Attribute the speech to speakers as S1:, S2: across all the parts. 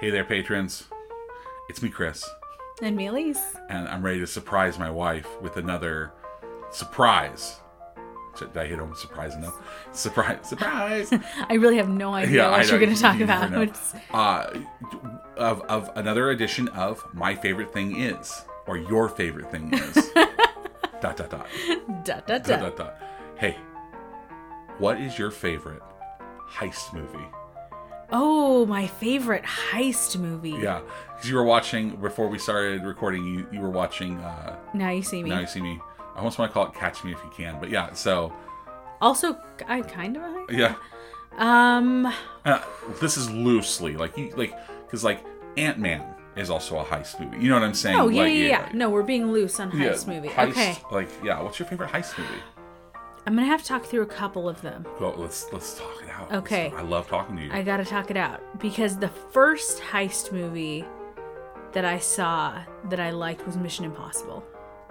S1: Hey there, patrons. It's me, Chris,
S2: And me, Elise.
S1: and I'm ready to surprise my wife with another surprise. Did I hit home with surprise enough? Surprise, surprise.
S2: I really have no idea
S1: yeah, I
S2: what
S1: know,
S2: you're going
S1: you
S2: to talk
S1: never
S2: about.
S1: know.
S2: It's-
S1: Uh, of, of another edition of My Favorite Thing Is, or Your Favorite Thing Is. dot, dot, dot.
S2: da, da, da.
S1: Dot, dot, dot. Hey, what is your favorite heist movie?
S2: Oh, my favorite heist movie.
S1: Yeah, because you were watching, before we started recording, you, you were watching. Uh,
S2: Now you see me.
S1: Now you see me. I almost want to call it "Catch Me If You Can," but yeah. So
S2: Also, I kind of. like-
S1: yeah,
S2: Um.
S1: uh, this is loosely like you like because like Ant Man is also a heist movie. You know what I'm saying?
S2: Oh yeah,
S1: Like,
S2: yeah, yeah. No, we're being loose on
S1: yeah,
S2: heist movie.
S1: heist-
S2: Okay,
S1: Like yeah, what's your favorite heist movie?
S2: I'm gonna have to talk through a couple of them.
S1: Go, let's let's talk it out. Let's-
S2: Okay.
S1: I love talking to you.
S2: I gotta talk it out because the first heist movie that I saw that I liked was Mission Impossible.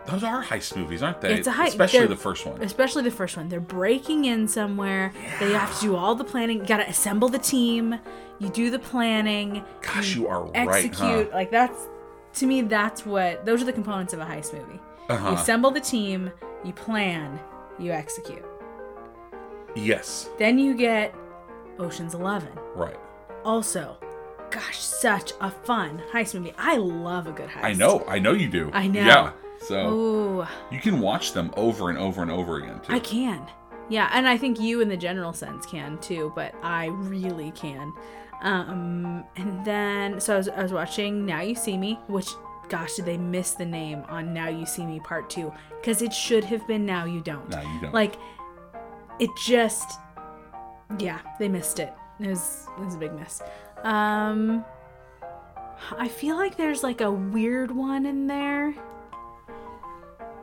S1: Those are heist movies, aren't they?
S2: It's a heist-
S1: especially
S2: they're-
S1: the first one.
S2: especially the first one. They're breaking in somewhere. They have to do all the planning. You gotta assemble the team. You do the planning.
S1: Gosh, you are right,
S2: Execute.
S1: huh?
S2: Like that's to me. That's what. Those are the components of a heist movie. You
S1: Uh-huh.
S2: assemble the team. You plan. You execute.
S1: Yes,
S2: Then you get Ocean's Eleven.
S1: right.
S2: Also, gosh, such a fun heist movie. I love a good heist.
S1: I know, I know you do.
S2: I know.
S1: Yeah. So
S2: Ooh,
S1: you can watch them over and over and over again too.
S2: I can. Yeah, and I think you in the general sense can too, but I really can. Um, and then so I was, I was watching Now You See Me, which gosh, did they miss the name on Now You See Me Part 2 cuz it should have been Now You Don't.
S1: No, you don't.
S2: Like it just yeah, they missed it. It was it was a big miss. Um I feel like there's like a weird one in there.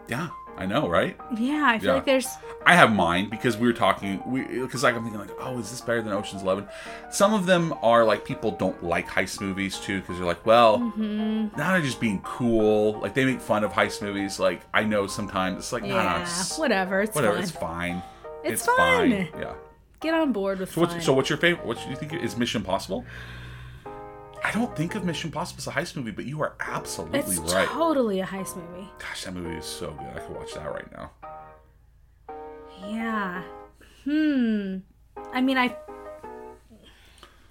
S1: yeah, I know, right?
S2: Yeah, I feel
S1: Yeah.
S2: like there's
S1: I have mine because we were talking. We because like I'm thinking like, oh, is this better than Ocean's Eleven? Some of them are like people don't like heist movies too because they're like, well,
S2: Mm-hmm.
S1: now they're just being cool. Like they make fun of heist movies. Like I know sometimes it's like, nah, nah,
S2: yeah,
S1: it's,
S2: whatever. It's
S1: whatever,
S2: fine.
S1: it's fine.
S2: It's fine.
S1: Yeah.
S2: Get on board with
S1: So
S2: fun.
S1: what's, so what's your favorite? What do you think is Mission Possible? I don't think of Mission Possible as a heist movie, but you are absolutely
S2: it's
S1: right.
S2: totally a heist movie.
S1: Gosh, that movie is so good. I could watch that right now.
S2: Yeah. Hmm. I mean, I.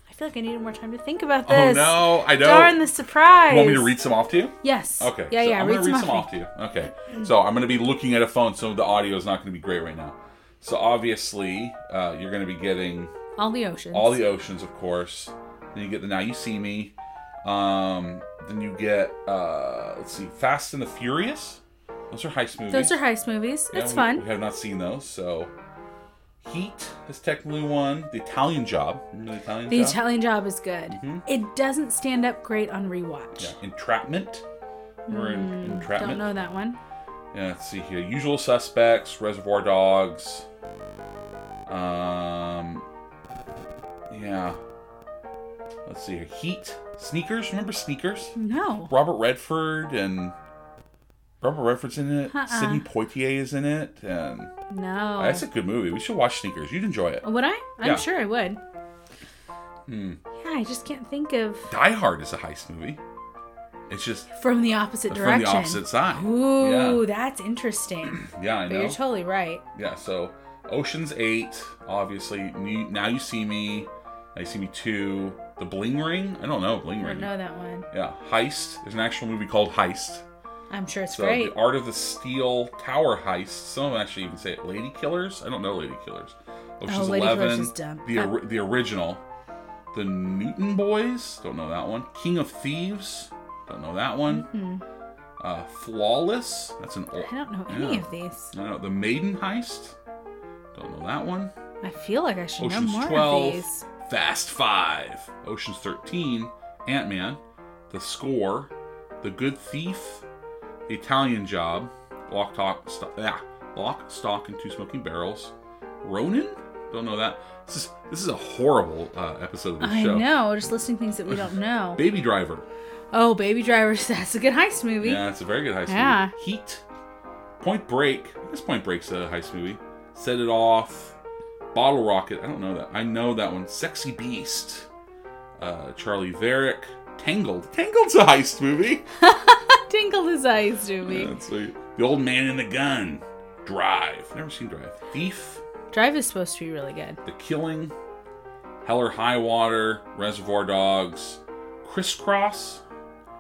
S2: I feel like I needed more time to think about
S1: Oh
S2: this.
S1: no, I know.
S2: Darn the surprise.
S1: you want me to read some off to you?
S2: Yes.
S1: Okay.
S2: Yeah,
S1: so
S2: yeah.
S1: I'm
S2: read
S1: gonna read some off to you. Okay. So I'm gonna be looking at a phone, so the audio is not gonna be great right now. So obviously, uh, you're gonna be getting
S2: All the oceans.
S1: all the oceans, of course. Then you get the Now You See Me. Um, then you get uh, let's see, Fast and the Furious. Those are heist movies.
S2: Those are heist movies.
S1: Yeah,
S2: it's
S1: we-
S2: fun.
S1: We have not seen those, so. Heat is technically one. The Italian Job. Remember the Italian
S2: the
S1: Job?
S2: Italian Job is good. It doesn't stand up great on rewatch.
S1: Mm-hmm. yeah. Entrapment. Remember in- Entrapment?
S2: Hmm, Don't know that one.
S1: Yeah, let's see here. Usual suspects, Reservoir Dogs. Um, yeah. Let's see here. Heat, sneakers. Remember sneakers?
S2: No.
S1: Robert Redford and Robert Redford's in it.
S2: Uh-uh. Oh.
S1: Sidney Poitier is in it, and oh,
S2: No.
S1: that's a good movie. We should watch Sneakers. You'd enjoy it.
S2: Would I? I'm
S1: Yeah.
S2: sure I would. Yeah, I just can't think of
S1: Die Hard is a heist movie. It's just
S2: from the opposite
S1: from
S2: direction.
S1: the opposite side.
S2: Ooh, that's interesting.
S1: Yeah, yeah, I
S2: But
S1: know.
S2: you're totally right.
S1: yeah, so Ocean's Eight, obviously. New, now you see me. Now you see me two. The Bling Ring. I don't know Bling
S2: I
S1: Ring.
S2: don't know that one.
S1: Yeah, Heist. There's an actual movie called Heist.
S2: I'm sure it's
S1: So
S2: great.
S1: the Art of the Steel Tower Heist. Some of them actually even say it. Lady Killers. I don't know Lady Killers. Ocean's
S2: Oh, Lady Killers
S1: Eleven.
S2: is dumb.
S1: The ori- the original. The Newton Boys. Don't know that one. King of Thieves. Don't know that one. Uh, Flawless. That's an old.
S2: Mm-hmm. I don't know any
S1: yeah.
S2: of these.
S1: I don't know. The Maiden Heist. Don't know that one.
S2: I feel like I should
S1: Ocean's
S2: know more
S1: 12.
S2: of these.
S1: Fast Five. Ocean's 13. Ant Man. The Score. The Good Thief. The Italian Job. Lock, talk, sto- ah, lock Stock, and Two Smoking Barrels. Ronin? Don't know that. This is this is a horrible uh, episode of the
S2: I
S1: show.
S2: know, just listing things that we don't know.
S1: Baby Driver.
S2: oh, Baby Drivers, that's a good heist movie.
S1: Yeah, it's a very good heist
S2: Yeah.
S1: movie. Heat. Point Break. I guess Point Break's a heist movie. Set It Off. Bottle Rocket. I don't know that. I know that one. Sexy Beast. Uh, Charlie Varick. Tangled. Tangled's a heist movie.
S2: Tingle his eyes to me.
S1: Yeah, that's sweet. The old man and the gun. Drive. Never seen Drive. Thief.
S2: Drive is supposed to be really good.
S1: The Killing. Hell or High Water. Reservoir Dogs. Crisscross.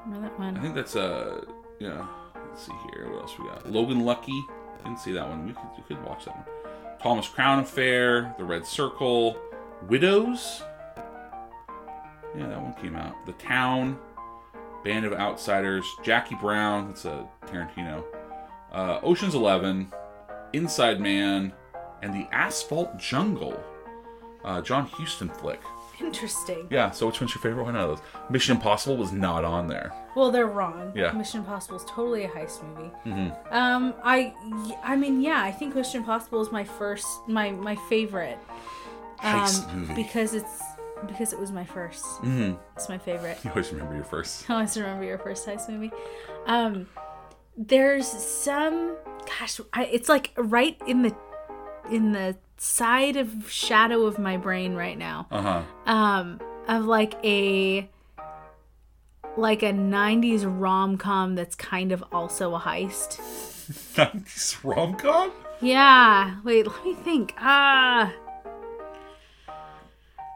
S2: Remember that
S1: I
S2: one?
S1: think that's a yeah. Let's see here. What else we got? Logan Lucky. Didn't see that one. We could we could watch that one. Thomas Crown Affair. The Red Circle. Widows. Yeah, that one came out. The Town. Band of Outsiders. Jackie Brown. That's a Tarantino. Uh, Ocean's Eleven. Inside Man. And the Asphalt Jungle. Uh, John Huston flick.
S2: Interesting.
S1: Yeah. So which one's your favorite one out of those? Mission Impossible was not on there.
S2: Well, they're wrong.
S1: Yeah. Mm-hmm.
S2: Mission Impossible is totally a heist movie. Um, I, I mean, yeah, I think Mission Impossible is my first, my my favorite.
S1: Heist movie.
S2: because it's because it was my 1st
S1: Mhm.
S2: It's my favorite.
S1: You always remember your first.
S2: I always remember your first heist movie. Um, there's some, gosh, I, it's like right in the in the side of shadow of my brain right now.
S1: Uh huh.
S2: um of like a like a 90s rom-com that's kind of also a heist
S1: 90s rom com?
S2: yeah wait let me think ah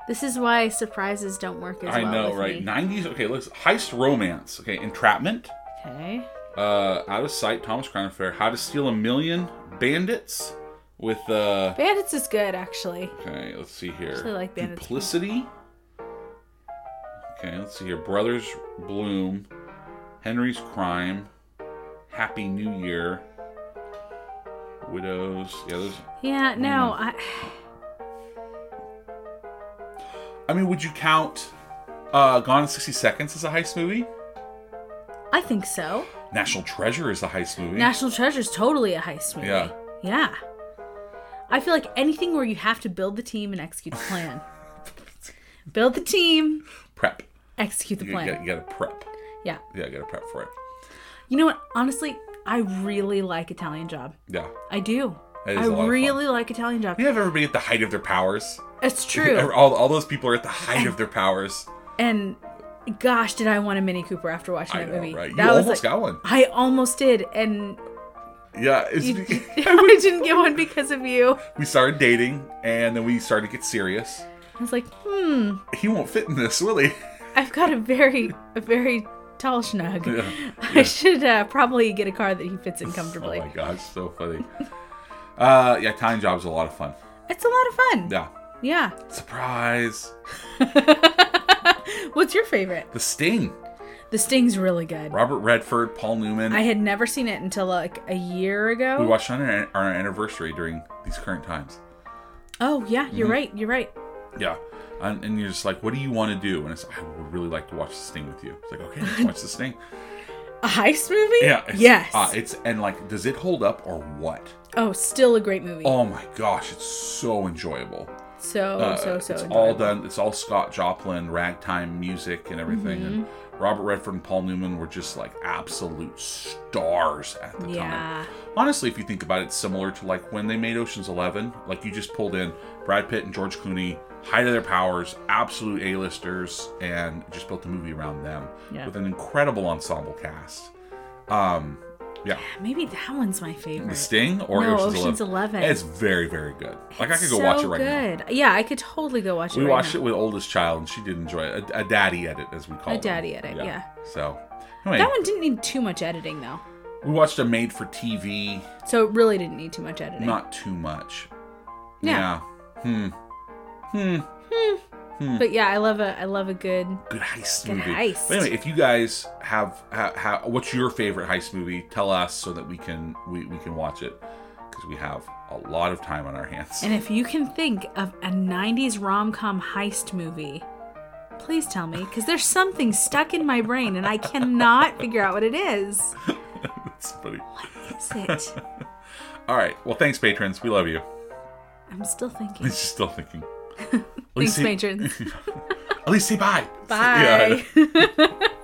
S2: this is why surprises don't work as
S1: I
S2: well
S1: know,
S2: with
S1: right?
S2: me.
S1: 90s. Okay, let's. Heist romance. Okay, entrapment.
S2: okay
S1: Uh, out of sight. Thomas Crown Affair. How to steal a million. Bandits. With uh.
S2: bandits is good actually
S1: Okay, let's see here.
S2: Actually like Bandits.
S1: Duplicity. Okay, let's see here. Brothers Bloom. Henry's Crime. Happy New Year. Widows. Yeah, there's.
S2: yeah no
S1: Mm-hmm.
S2: i
S1: I mean, would you count uh, Gone in 60 Seconds as a heist movie?
S2: i think so
S1: National Treasure is a heist movie.
S2: national treasure's totally a heist movie
S1: Yeah.
S2: yeah i feel like anything where you have to build the team and execute the plan build the team
S1: prep.
S2: execute the
S1: You,
S2: plan
S1: gotta, you gotta prep.
S2: Yeah.
S1: Yeah, you gotta prep for it.
S2: You know what? Honestly, I really like Italian Job.
S1: Yeah.
S2: I do.
S1: That is
S2: I
S1: a lot of fun.
S2: really like Italian Job.
S1: You have everybody at the height of their powers.
S2: It's true.
S1: All, all those people are at the height of their powers.
S2: and gosh, did I want a Mini Cooper after watching
S1: I
S2: that
S1: know,
S2: movie?
S1: right? You
S2: That
S1: almost
S2: like,
S1: got one.
S2: I almost did, and
S1: Yeah. It's,
S2: you, I didn't get one because of you.
S1: we started dating, and then we started to get serious.
S2: I was like, hmm,
S1: He won't fit in this, will he?
S2: I've got a very, a very tall schnug.
S1: Yeah.
S2: I should uh, probably get a car that he fits in comfortably.
S1: Oh my gosh, so funny. uh, yeah, Italian Job's a lot of fun.
S2: it's a lot of fun.
S1: Yeah.
S2: Yeah.
S1: Surprise.
S2: What's your favorite?
S1: The Sting.
S2: The Sting's really good.
S1: Robert Redford, Paul Newman.
S2: I had never seen it until like a year ago.
S1: we watched it on our, our anniversary during these current times.
S2: Oh yeah, you're
S1: Mm-hmm.
S2: right. You're right.
S1: Yeah. And, and you're just like, what do you want to do? And it's, I would really like to watch this thing with you. It's like, okay, let's watch this thing.
S2: A heist movie?
S1: Yeah. It's,
S2: yes.
S1: Uh, it's and like, does it hold up or what?
S2: oh, still a great movie.
S1: Oh my gosh, it's so enjoyable.
S2: so
S1: Uh,
S2: so so.
S1: it's all
S2: enjoyable.
S1: done. It's all Scott Joplin, ragtime music, and everything. And
S2: Mm-hmm.
S1: Robert Redford and Paul Newman were just like absolute stars at the time.
S2: Yeah.
S1: Honestly, if you think about it, it's similar to like when they made Ocean's Eleven. Like you just pulled in Brad Pitt and George Clooney, height of their powers, absolute A-listers, and just built the movie around them
S2: Yeah.
S1: with an incredible ensemble cast. Um, yeah,
S2: Maybe that one's my favorite.
S1: The Sting or
S2: No,
S1: Ocean's,
S2: Ocean's Eleven.
S1: It's very, very good. Like I
S2: It's
S1: could go
S2: so
S1: watch it right now.
S2: good. Yeah, I could totally go watch it.
S1: We
S2: right
S1: watched
S2: now.
S1: it with oldest child, and she did enjoy it. A, a daddy edit, as we call it.
S2: daddy edit, yeah.
S1: So, anyway,
S2: That one didn't need too much editing though,
S1: we watched a made for TV,
S2: so it really didn't need too much editing.
S1: not too much.
S2: Yeah.
S1: Yeah. Hmm. Hmm.
S2: But yeah, I love a I love a good.
S1: Good heist
S2: Good
S1: movie.
S2: heist.
S1: But anyway, if you guys have, ha, ha, what's your favorite heist movie? Tell us so that we can we, we can watch it because we have a lot of time on our hands.
S2: And if you can think of a '90s rom com heist movie, please tell me, because there's something stuck in my brain and I cannot figure out what it is.
S1: That's funny.
S2: Is it?
S1: All right. Well, thanks, patrons. We love you.
S2: I'm still thinking.
S1: She's still thinking. At least
S2: Thanks,
S1: say-
S2: patrons.
S1: At least say bye.
S2: Bye.
S1: Yeah.